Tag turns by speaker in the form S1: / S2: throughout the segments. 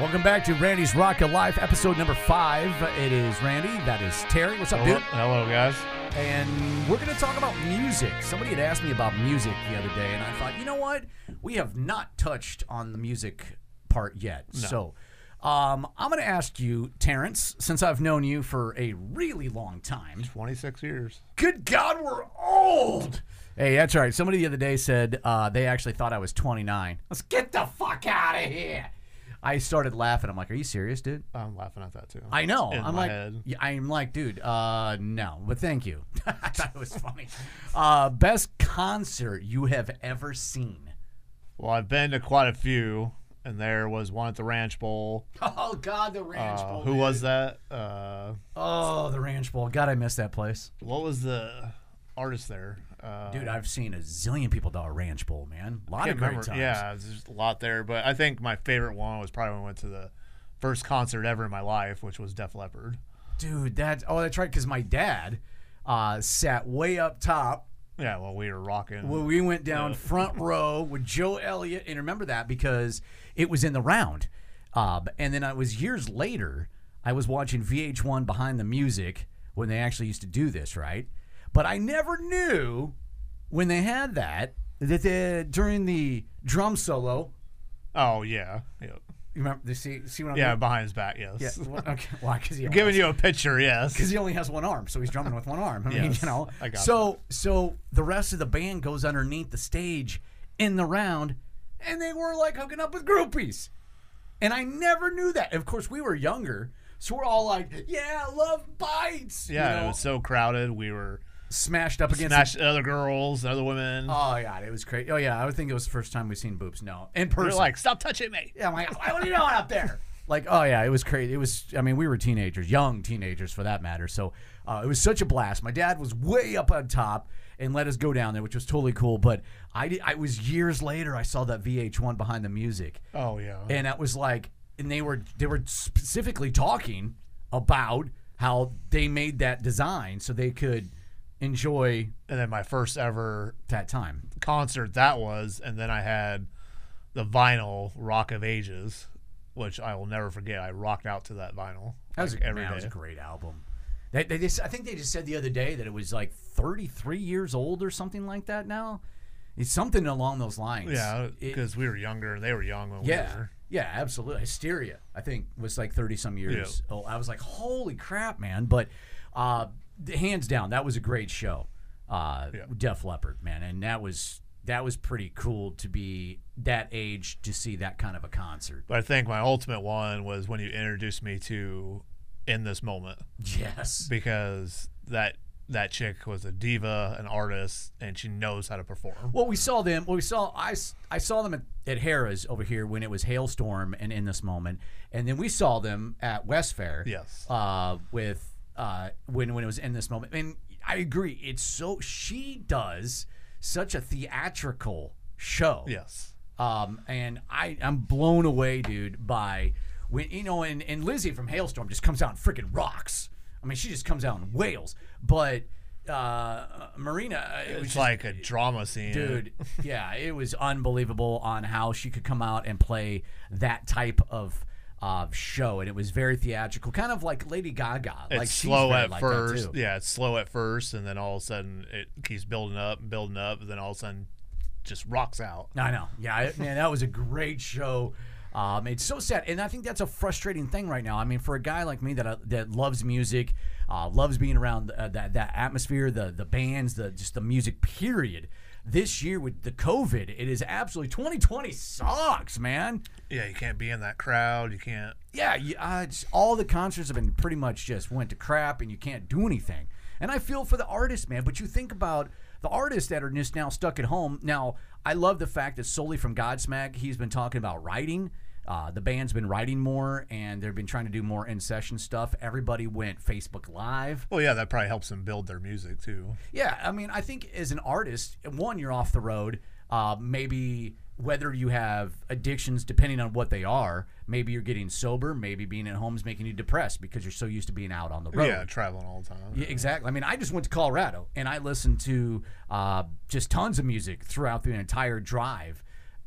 S1: Welcome back to Randy's Rock of Life, episode number five. It is Randy. That is Terry. What's up,
S2: Hello,
S1: dude?
S2: hello, guys.
S1: And we're going to talk about music. Somebody had asked me about music the other day, and I thought, you know what? We have not touched on the music part yet. So um, I'm going to ask you, Terrence, since I've known you for a really long time.
S2: 26 years.
S1: Good God, we're old. Hey, that's right. Somebody the other day said uh, they actually thought I was 29. Let's get the fuck out of here. I started laughing. I'm like, are you serious, dude?
S2: I'm laughing at that too.
S1: I know.
S2: In
S1: I'm
S2: my
S1: like,
S2: head.
S1: Yeah, I'm like, dude, uh, no, but thank you. I thought it was funny. Uh, best concert you have ever seen?
S2: well, I've been to quite a few, and there was one at the Ranch Bowl.
S1: Oh God, the Ranch
S2: Uh,
S1: Bowl.
S2: who was that? Uh,
S1: Oh, the Ranch Bowl. God, I miss that place,
S2: what was the artist there? Uh,
S1: dude. I've seen a zillion people to a Ranch Bowl, man. A lot
S2: I
S1: of
S2: can't
S1: great
S2: remember.
S1: times.
S2: Yeah, there's just a lot there, but I think my favorite one was probably when I went to the first concert ever in my life, which was Def Leppard.
S1: dude. That. Oh, that's right. Because my dad uh, sat way up top
S2: Yeah, well, we were rocking.
S1: Well, we went down front row with Joe Elliott, and remember that because it was in the round. Uh, and then it was years later, I was watching VH1 Behind the Music when they actually used to do this, right? But I never knew when they had that that they, during the drum solo.
S2: oh yeah, yeah,
S1: You remember? See, see what I'm
S2: yeah, behind his back. Yes.
S1: doing? Yeah. Okay. Why? Because he
S2: Giving you a picture. Yes.
S1: because he only has one arm, so he's drumming with one arm. I mean,
S2: Yes,
S1: you know.
S2: I got
S1: so so the rest of the band goes underneath the stage in the round, and they were like hooking up with groupies, and I never knew that. Of course, we were younger, so we're all like, "Yeah, love bites." you
S2: Yeah,
S1: know?
S2: it was so crowded. We were
S1: smashed up against.
S2: smashed other girls, other women.
S1: Oh god, it was crazy. Oh yeah, I would think it was the first time we've seen boobs. No, in person.
S2: They're like, stop touching me.
S1: Yeah, I'm like, what are you doing up there? Like, oh yeah, it was crazy. It was, I mean, we were teenagers, young teenagers for that matter. So uh, it was such a blast. My dad was way up on top and let us go down there, which was totally cool. But I, did, I was years later. I saw that VH1 behind the music,
S2: Oh yeah.
S1: and that was like, and they were they were specifically talking about how they made that design so they could enjoy
S2: And then my first ever
S1: that time.
S2: concert that was, and then I had the vinyl Rock of Ages, which I will never forget. I rocked out to that vinyl.
S1: That was,
S2: like,
S1: a,
S2: every
S1: man, that was
S2: day.
S1: a great album. They, they just, I think they just said the other day that it was like 33 years old or something like that now. It's something along those lines.
S2: Yeah,
S1: It-
S2: because we were younger and they were young when we
S1: yeah.
S2: were.
S1: Yeah, absolutely. Hysteria, I think, was like 30 some years old. I was like, holy crap, man. But uh, hands down, that was a great show. Uh,
S2: Yeah.
S1: Def Leppard, man. And that was that was pretty cool to be that age to see that kind of a concert.
S2: But I think my ultimate one was when you introduced me to In This Moment
S1: Yes.
S2: because that that chick was a diva, an artist, and she knows how to perform.
S1: Well, we saw them. Well, we saw I, s- I saw them at, at Harrah's over here when it was hailstorm and in this moment, and then we saw them at West Fair.
S2: Yes.
S1: Uh, with uh, when when it was in this moment, and I agree. It's so she does such a theatrical show.
S2: Yes.
S1: Um, and I I'm blown away, dude, by when you know, and, and Lizzie from Hailstorm just comes out and freaking rocks. I mean, she just comes out and wails. But uh, Marina, it was
S2: It's
S1: just-
S2: like a drama scene.
S1: dude yeah it was unbelievable on how she could come out and play that type of uh, show and it was very theatrical kind of like lady gaga
S2: it's
S1: like she's
S2: slow
S1: very
S2: at
S1: like that,
S2: first.
S1: too.
S2: Yeah, it's slow at first, and then all of a sudden it keeps building up and building up, and then all of a sudden just rocks out.
S1: I know. Yeah, I- man, that was a great show. Um, it's so sad, and I think that's a frustrating thing right now. I mean, for a guy like me that uh, that loves music, uh, loves being around uh, that that atmosphere, the the bands, the just the music. Period. This year with the COVID, it is absolutely 2020 sucks, man.
S2: Yeah, you can't be in that crowd. You can't.
S1: yeah, you, uh, just, all the concerts have been pretty much just went to crap, and you can't do anything. And I feel for the artists, man. But you think about the artists that are just now stuck at home. Now, I love the fact that solely from Godsmack, he's been talking about writing. Uh, the band's been writing more, and they've been trying to do more in session stuff. Everybody went Facebook Live.
S2: Well, yeah, that probably helps them build their music too.
S1: Yeah, I mean, I think as an artist, one, you're off the road. Uh, maybe whether you have addictions, depending on what they are, maybe you're getting sober. Maybe being at home is making you depressed because you're so used to being out on the road.
S2: Oh. Yeah, traveling all the time.
S1: Yeah, exactly. I mean, I just went to Colorado and I listened to uh, just tons of music throughout the entire drive,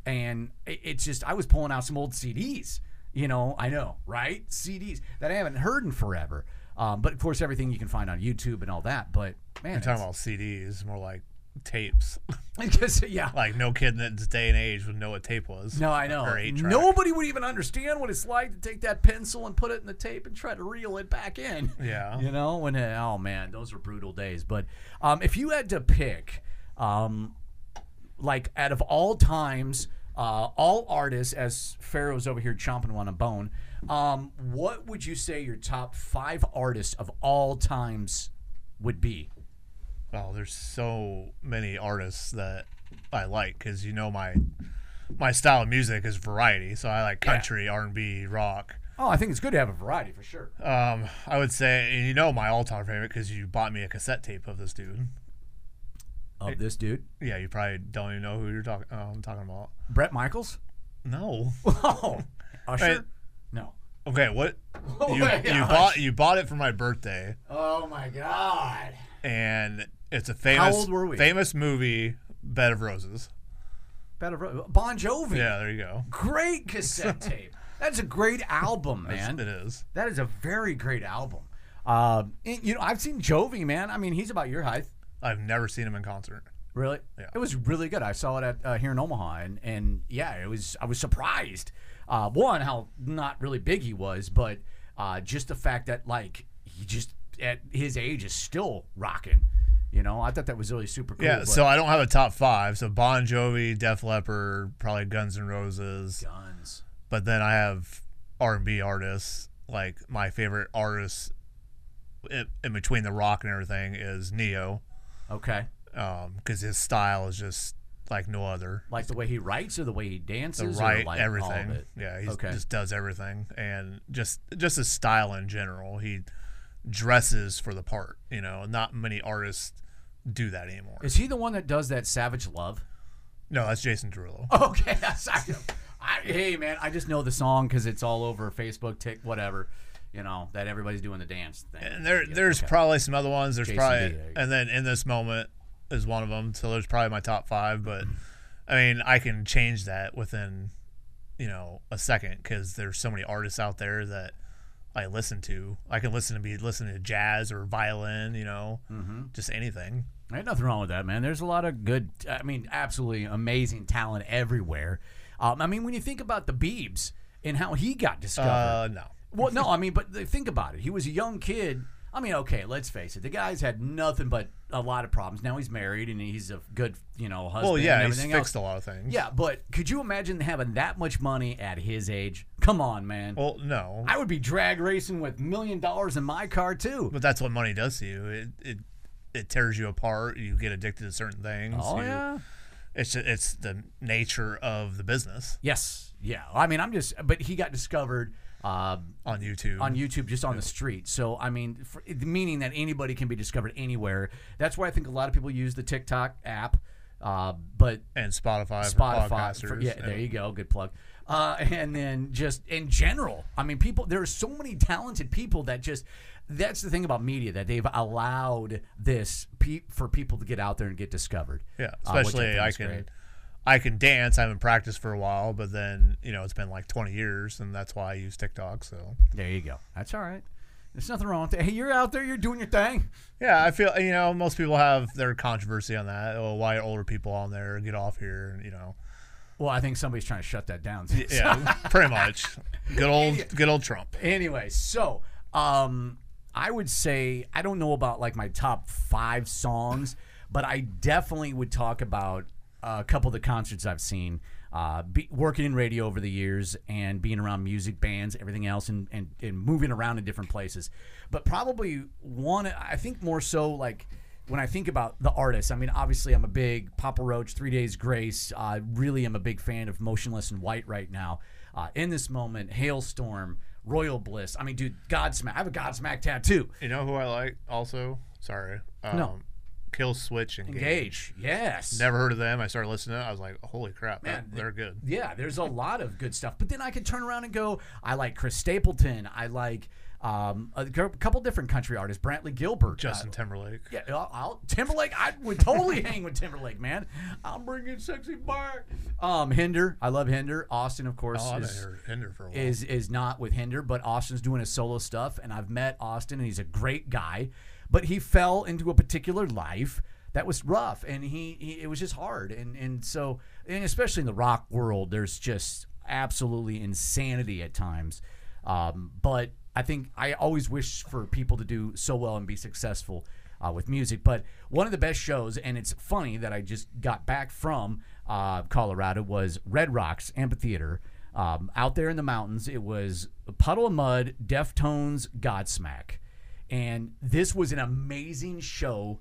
S1: and it- it's just I was pulling out some old CDs. You know, I know, right? CDs that I haven't heard in forever. Um, but of course, everything you can find on YouTube and all that. But man,
S2: I'm talking about CDs, more like tapes.
S1: because yeah,
S2: like no kid in this day and age would know what tape was.
S1: no, I know.
S2: Or eight track.
S1: Nobody would even understand what it's like to take that pencil and put it in the tape and try to reel it back in.
S2: Yeah.
S1: You know, when uh, oh man, those were brutal days. But um, if you had to pick, um, like out of all times, uh, all artists, as Pharaoh's over here chomping on a bone, um, what would you say your top five artists of all times would be?
S2: Oh, there's so many artists that I like because you know my my style of music is variety. So I like country, R&B, rock.
S1: Oh, I think it's good to have a variety for sure.
S2: Um, I would say and you know my all-time favorite because you bought me a cassette tape of this dude.
S1: Of this dude,
S2: Yeah, you probably don't even know who you're talking. Uh, I'm talking about.
S1: Brett Michaels.
S2: No.
S1: Oh, Usher.
S2: Right.
S1: No.
S2: Okay, what?
S1: Oh
S2: you,
S1: my
S2: you
S1: gosh.
S2: bought you bought it for my birthday,
S1: Oh my God.
S2: and it's a famous
S1: old were we?
S2: famous movie, Bed of Roses.
S1: Bed of Ro- Bon Jovi.
S2: Yeah, there you go.
S1: Great cassette tape. That's a great album,
S2: It
S1: man.
S2: is.
S1: That is a very great album. Uh, and, you know, I've seen Jovi, man. I mean, he's about your height.
S2: I've never seen him in concert.
S1: Really?
S2: Yeah.
S1: It was really good. I saw it at uh, here in Omaha, and, and yeah, it was. I was surprised. Uh, one, how not really big he was, but uh, just the fact that like he just at his age is still rocking. You know, I thought that was really super cool.
S2: Yeah,
S1: but
S2: so I don't have a top five. So Bon Jovi, Def Leppard, probably Guns N' Roses.
S1: guns.
S2: But then I have R and B artists. Like my favorite artists in, in between the rock and everything is Neo,
S1: Okay,
S2: because his style is just like no other.
S1: like the way he writes or the way he
S2: The
S1: dances, or
S2: right,
S1: like
S2: everything.
S1: All of it.
S2: Yeah, he
S1: Okay.
S2: just does everything, and just just his style in general. He dresses for the part. You know, not many artists do that anymore.
S1: Is he the one that does that Savage Love?
S2: no, that's Jason Derulo.
S1: Okay, that's, I, I, hey man, I just know the song because it's all over Facebook, Tik, whatever. You know that everybody's doing the dance thing.
S2: And there,
S1: Yeah,
S2: there's
S1: okay.
S2: probably some other ones. There's
S1: Jason
S2: probably,
S1: Derulo.
S2: and then in this moment is one of them. So there's probably my top five. But I mean, I can change that within, you know, a second because there's so many artists out there that I listen to. I can listen to be listening to jazz or violin, you know, just anything.
S1: Ain't nothing wrong with that, man. There's a lot of good, I mean, absolutely amazing talent everywhere. Um, I mean, when you think about the Beebs and how he got discovered.
S2: Uh, no,
S1: well, no, I mean, but th- think about it. He was a young kid. I mean, okay, let's face it. The guy's had nothing but a lot of problems. Now he's married and he's a good, you know, husband.
S2: well, yeah,
S1: and
S2: he's
S1: everything
S2: fixed
S1: else.
S2: a lot of things.
S1: Yeah, but could you imagine having that much money at his age? Come on, man.
S2: Well, no,
S1: I would be drag racing with million dollars in my car too.
S2: but that's what money does to you. It it it tears you apart. You get addicted to certain things.
S1: Oh
S2: you-
S1: yeah.
S2: It's it's the nature of the business
S1: Yes. Yeah. I mean, I'm just. But he got discovered um
S2: on YouTube.
S1: on YouTube just on the street. So I mean, for, meaning that anybody can be discovered anywhere. That's why I think a lot of people use the TikTok app. Uh, but
S2: and Spotify, for
S1: Spotify.
S2: podcasters.
S1: for- yeah, there you go. Good plug. Uh, and then just in general, I mean, people. There are so many talented people that just. That's the thing about media that they've allowed this pe- for people to get out there and get discovered.
S2: Yeah,
S1: uh, which
S2: especially
S1: think
S2: I
S1: is
S2: can
S1: great.
S2: I can dance. I haven't practiced for a while, but then you know it's been like 20 years, and that's why I use TikTok. So
S1: There you go. That's all right. There's nothing wrong with that. Hey, you're out there. You're doing your thing.
S2: yeah, I feel you know most people have their controversy on that. Oh, why are older people on there? Get off here, and you know.
S1: Well, I think somebody's trying to shut that down.
S2: Yeah, pretty much. Good old good old Trump.
S1: anyway, so um, I would say I don't know about like my top five songs, but I definitely would talk about a couple of the concerts I've seen. Uh, be, working in radio over the years and being around music bands, everything else, and, and, and moving around in different places. But probably one, I think more so like when I think about the artists, I mean, obviously, I'm a big Papa Roach, Three Days Grace. I really am a big fan of Motionless and White right now. Uh, in this moment, Hailstorm, Royal Bliss. I mean, dude, Godsmack. I have a Godsmack tattoo.
S2: You know who I like also? Sorry. Um,
S1: No.
S2: Kill Switch and Engage.
S1: Gage, yes.
S2: Never heard of them. I started listening. to it. I was like, holy crap, that-
S1: Man,
S2: they're good.
S1: Yeah, there's a lot of good stuff. But then I could turn around and go, I like Chris Stapleton. I like Um, a cou- couple different country artists, Brantley Gilbert, uh,
S2: Justin Timberlake.
S1: yeah, I'll, I'll- Timberlake. I would totally hang with Timberlake, man. I'll bring in sexy bar. Um, Hinder, I love Hinder. Austin, of course,
S2: Oh, I've
S1: is,
S2: been Hinder for a while.
S1: is is not with Hinder, but Austin's doing his solo stuff, and I've met Austin, and he's a great guy, but he fell into a particular life that was rough, and he, he it was just hard, and and so and especially in the rock world, there's just absolutely insanity at times, um, but I think I always wish for people to do so well and be successful. Uh, with music, but one of the best shows, and it's funny that I just got back from uh, Colorado, was Red Rocks Amphitheater um, out there in the mountains. It was Puddle of Mud, Deftones, Godsmack. And this was an amazing show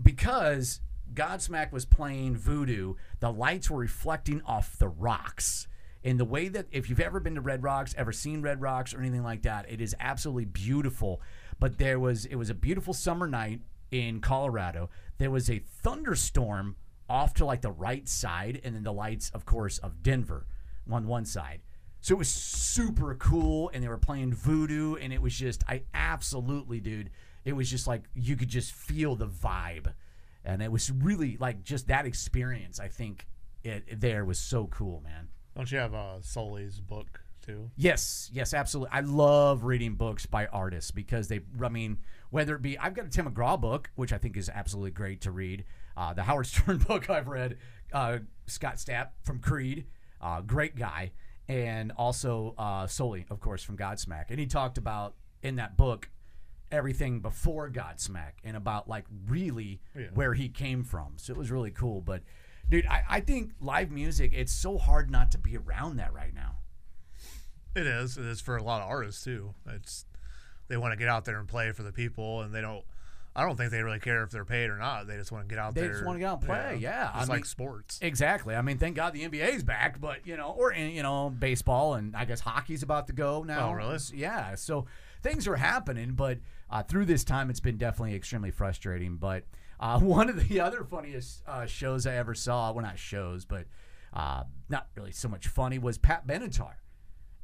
S1: because Godsmack was playing voodoo. The lights were reflecting off the rocks. And the way that, if you've ever been to Red Rocks, ever seen Red Rocks or anything like that, it is absolutely beautiful. But there was, it was a beautiful summer night in Colorado. There was a thunderstorm off to like the right side, and then the lights, of course, of Denver on one side. So it was super cool, and they were playing voodoo, and it was just, I absolutely, dude, it was just like you could just feel the vibe, and it was really like just that experience. I think it, it there was so cool, man.
S2: Don't you have uh, Sully's book too?
S1: Yes, yes, absolutely. I love reading books by artists because they, I mean, whether it be, I've got a Tim McGraw book, which I think is absolutely great to read. Uh, the Howard Stern book I've read, uh, Scott Stapp from Creed, uh, great guy. And also uh, Soli, of course, from Godsmack. And he talked about in that book everything before Godsmack and about like really where he came from. So it was really cool. But dude, I, I think live music, it's so hard not to be around that right now.
S2: It is. It is for a lot of artists too. It's they want to get out there and play for the people, and they don't. I don't think they really care if they're paid or not. They just want to get out
S1: They
S2: there.
S1: just wanna get out and play, yeah. I
S2: it's like
S1: mean-
S2: sports.
S1: Exactly. I mean, thank God the NBA's back, but you know, or and, you know, baseball and I guess hockey's about to go now.
S2: Oh, really?
S1: Yeah. So things are happening, but uh, through this time, it's been definitely extremely frustrating. But uh, one of the other funniest uh, shows I ever saw, well, not shows, but uh, not really so much funny, was Pat Benatar.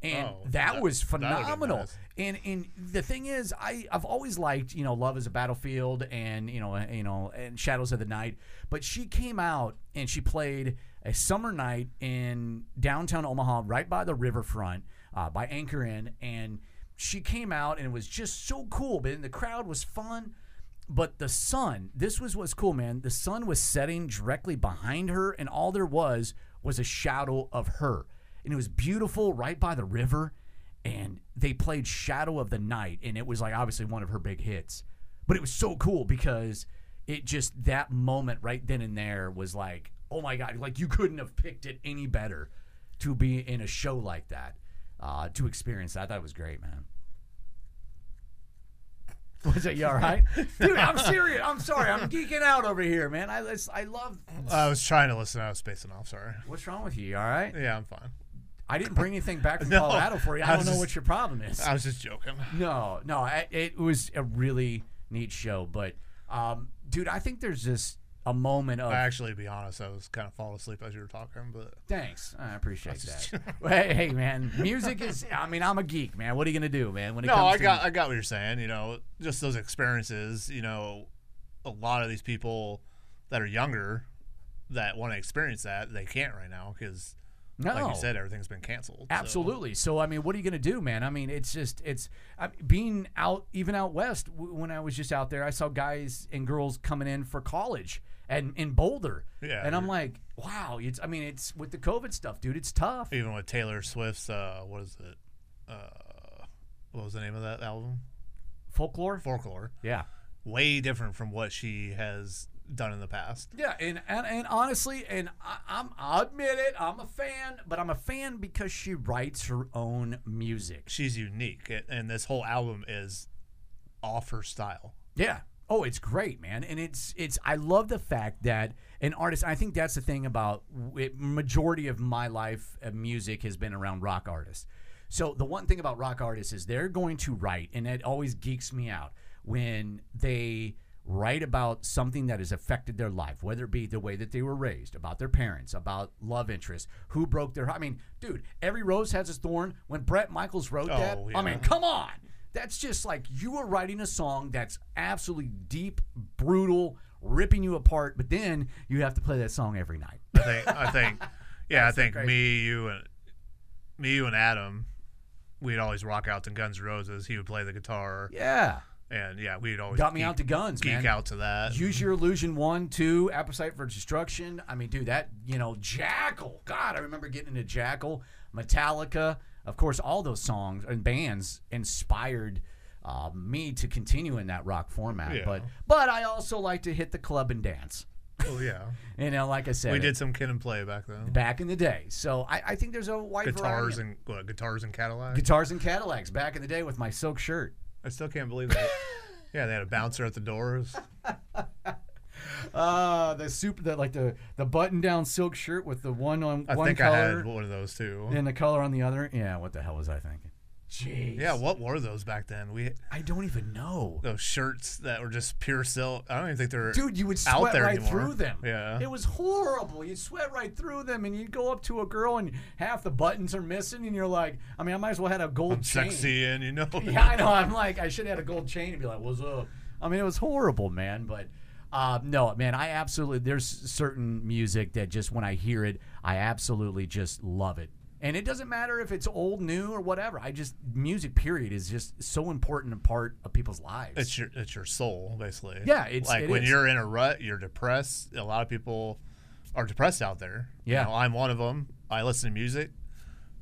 S1: And
S2: Oh,
S1: that,
S2: that-
S1: was
S2: that would've been
S1: phenomenal.
S2: nice.
S1: And and the thing is, I I've always liked you know Love is a Battlefield and you know uh, you know and Shadows of the Night, but she came out and she played a summer night in downtown Omaha, right by the riverfront, uh, by Anchor Inn, and she came out and it was just so cool. But the crowd was fun. But the sun, this was what's cool, man. The sun was setting directly behind her, and all there was was a shadow of her. And it was beautiful right by the river. And they played Shadow of the Night, and it was like obviously one of her big hits. But it was so cool because it just that moment right then and there was like, oh my God, like you couldn't have picked it any better to be in a show like that, uh, to experience that. I thought it was great, man. Was it you all right, dude? I'm serious. I'm sorry. I'm geeking out over here, man. I it's- I love.
S2: I was trying to listen. I was spacing off. Sorry.
S1: What's wrong with you? You All right.
S2: Yeah, I'm fine.
S1: I didn't bring anything back from
S2: No,
S1: Colorado for you. I
S2: I
S1: don't
S2: was
S1: know
S2: just-
S1: what your problem is.
S2: I was just joking.
S1: No, no, I, it was a really neat show, but um, dude, I think there's just a moment of
S2: I actually, to be honest, I was kind of falling asleep as you were talking, but
S1: thanks. I appreciate
S2: just
S1: that. hey, hey, man, music is. I mean, I'm a geek, man. What are you gonna do, man? When it
S2: no,
S1: comes
S2: I
S1: to
S2: got I got what you're saying. You know, just those experiences. You know, a lot of these people that are younger that want to experience that they can't right now because,
S1: no,
S2: like you said, everything's been canceled. so-
S1: Absolutely. So. I mean, what are you going to do, man? I mean, it's just it's I, being out even out west. W- when I was just out there, I saw guys and girls coming in for college and in Boulder.
S2: Yeah,
S1: And I'm
S2: you're-
S1: like, wow. It's I mean, it's with the COVID stuff, dude. It's tough.
S2: even with Taylor Swift's uh, what is it? Uh, what was the name of that album?
S1: Folklore.
S2: Folklore.
S1: yeah.
S2: Way different from what she has done in the past.
S1: Yeah, and and, and honestly, and I, I'm I'll admit it, I'm a fan, but I'm a fan because she writes her own music.
S2: She's unique, a- and this whole album is off her style.
S1: Yeah. Oh, it's great, man. And it's it's I love the fact that an artist. I think that's the thing about it, majority of my life. Uh, music has been around rock artists. So the one thing about rock artists is they're going to write, and it always geeks me out when they write about something that has affected their life, whether it be the way that they were raised, about their parents, about love interests, who broke their. I mean, dude, every rose has its thorn. When Brett Michaels wrote that,
S2: Oh,
S1: I
S2: yeah.
S1: mean, come on. That's just like you are writing a song that's absolutely deep, brutal, ripping you apart, but then you have to play that song every night.
S2: I think I think yeah, I
S1: That's so
S2: think
S1: great.
S2: me, you and me, you and Adam, we'd always rock out to Guns N' Roses. He would play the guitar
S1: Yeah.
S2: and yeah, we'd always
S1: Got me
S2: geek,
S1: out to guns,
S2: geek
S1: man.
S2: out to that.
S1: Use your illusion one, two, appetite for destruction. I mean, dude, that you know, Jackal. God, I remember getting into Jackal, Metallica. Of course, all those songs and bands inspired uh, me to continue in that rock format.
S2: Yeah.
S1: But but I also like to hit the club and dance.
S2: oh yeah.
S1: You know, like I said,
S2: We did some kin and play back then.
S1: back in the day. So I, I think there's a wide variety.
S2: Guitars
S1: of-
S2: and what, guitars and Cadillac.
S1: guitars and Cadillacs. Back in the day with my silk shirt.
S2: I still can't believe that. yeah, they had a bouncer at the doors.
S1: Uh, the super, the, like the the button down silk shirt with the one on
S2: I
S1: one
S2: think
S1: color.
S2: I had one of those too.
S1: and the color on the other. Yeah, what the hell was I thinking? Jeez.
S2: Yeah, what were those back then? We
S1: I don't even know.
S2: those shirts that were just pure silk. I don't even think they're
S1: Dude, you would
S2: Out
S1: sweat
S2: there
S1: right
S2: anymore.
S1: through them.
S2: Yeah.
S1: It was horrible. You'd sweat right through them and you'd go up to a girl and half the buttons are missing and you're like, I mean, I might as well had a gold chain.
S2: sexy and you know.
S1: Yeah, I know. I'm like, I should have had a gold chain and be like, what's up? I mean, it was horrible, man. But uh, no, man, I absolutely, there's certain music that just when I hear it, I absolutely just love it. And it doesn't matter if it's old, new, or whatever. I just, music, period, is just so important a part of people's lives.
S2: It's your it's your soul basically.
S1: Yeah, it's-
S2: like
S1: it
S2: when
S1: is.
S2: you're in a rut, you're depressed. A lot of people are depressed out there.
S1: Yeah.
S2: you know, I'm one of them. I listen to music.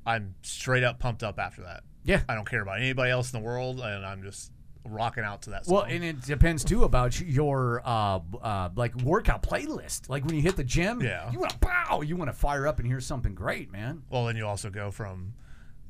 S2: I'm straight up pumped up after that.
S1: yeah.
S2: I don't care about anybody else in the world, and I'm just rocking out to that. Song.
S1: Well, and it depends too about your uh, uh, like workout playlist. Like when you hit the gym,
S2: Yeah.
S1: you want to wow, you want to fire up and hear something great, man.
S2: Well, then you also go from,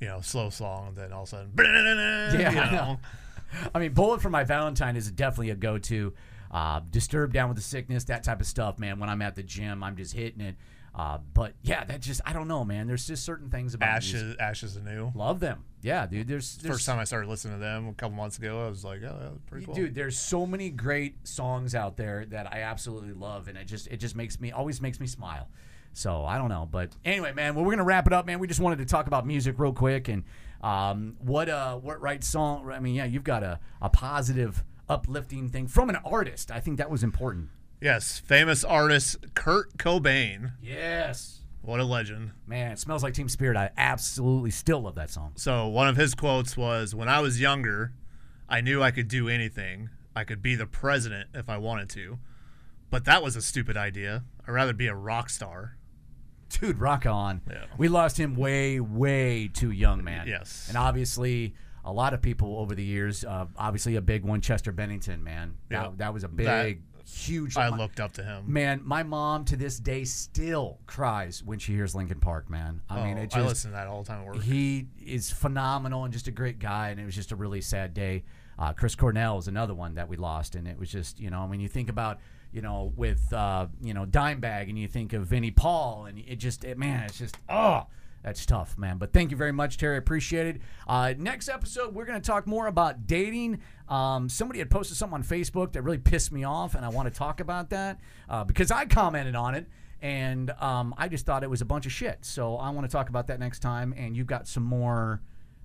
S2: you know, slow song, then all of a sudden, yeah,
S1: I know. I mean, Bullet for My Valentine is definitely a go to. Uh, disturbed down with the sickness, that type of stuff, man. When I'm at the gym, I'm just hitting it. Uh, but yeah, that just, I don't know, man. There's just certain things about music.
S2: Ashes, Ashes anew.
S1: Love them. Yeah, dude. There's, there's
S2: First time I started listening to them a couple months ago, I was like, oh, that was pretty cool.
S1: Dude, there's so many great songs out there that I absolutely love, and it just it just makes me always makes me smile. So I don't know, but anyway, man, well, we're gonna wrap it up, man. We just wanted to talk about music real quick and um, what uh what right song. I mean, yeah, you've got a a positive, uplifting thing from an artist. I think that was important.
S2: Yes, famous artist Kurt Cobain.
S1: Yes,
S2: What a legend.
S1: man, it smells like Team Spirit. I absolutely still love that song.
S2: So one of his quotes was, "When I was younger, I knew I could do anything. I could be the president if I wanted to, but that was a stupid idea. I'd rather be a rock star."
S1: dude, rock on.
S2: Yeah.
S1: We lost him way, way too young, man.
S2: Yes.
S1: And obviously, a lot of people over the years, uh, obviously a big one, Chester Bennington, man. That,
S2: Yeah.
S1: that was a
S2: That-
S1: big, huge.
S2: I
S1: my-
S2: looked up to him.
S1: Man, my mom to this day still cries when she hears Lincoln Park, man. I mean,
S2: Oh,
S1: it
S2: I
S1: just,
S2: listen to that all the time at work.
S1: he is phenomenal and just a great guy, and it was just a really sad day. Uh, Chris Cornell is another one that we lost, and it was just you know when you think about you know with uh, you know Dimebag and you think of Vinnie Paul, and it just it, man, it's just oh. That's tough, man. But thank you very much, Terry. Appreciate it. Uh, next episode, we're going to talk more about dating. Um, somebody had posted something on Facebook that really pissed me off, and I want to talk about that uh, because I commented on it and um, I just thought it was a bunch of shit. So I want to talk about that next time. And you've got some more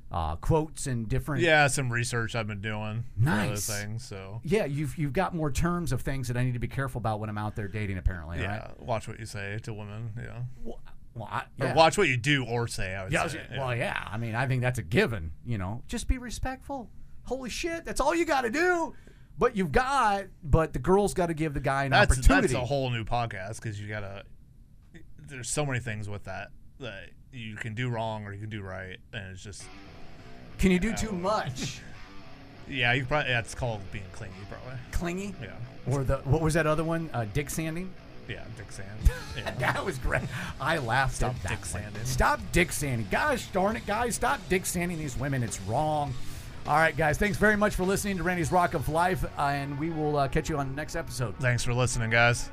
S1: uh, quotes and different.
S2: Yeah, some research I've been doing.
S1: Nice.
S2: For other things, so
S1: Yeah, you've you've got more terms of things that I need to be careful about when I'm out there dating. Apparently,
S2: yeah,
S1: right?
S2: watch what you say to women. Yeah,
S1: Well, well, I,
S2: Or
S1: yeah.
S2: watch what you do or say. I would
S1: Yeah, I was-
S2: say.
S1: well, yeah. I mean, I think that's a given. You know, just be respectful. Holy shit, that's all you got to do. But you've got, but the girl's got to give the guy an
S2: that's
S1: opportunity.
S2: that's a whole new podcast because you gotta. There's so many things with that that you can do wrong or you can do right, and it's just
S1: Can you do too much?
S2: yeah. You probably that's called being clingy, probably.
S1: Clingy,
S2: Yeah,
S1: or the what was that other one? Uh, dick sanding.
S2: yeah. Dick Sand. Yeah.
S1: That was great. I laughed
S2: Stop
S1: at that.
S2: dick
S1: one.
S2: sanding.
S1: Stop dick sanding. Gosh darn it, guys. Stop dick sanding these women. It's wrong. All right, guys. Thanks very much for listening to Randy's Rock of Life, uh, and we will uh, catch you on the next episode.
S2: Thanks for listening, guys.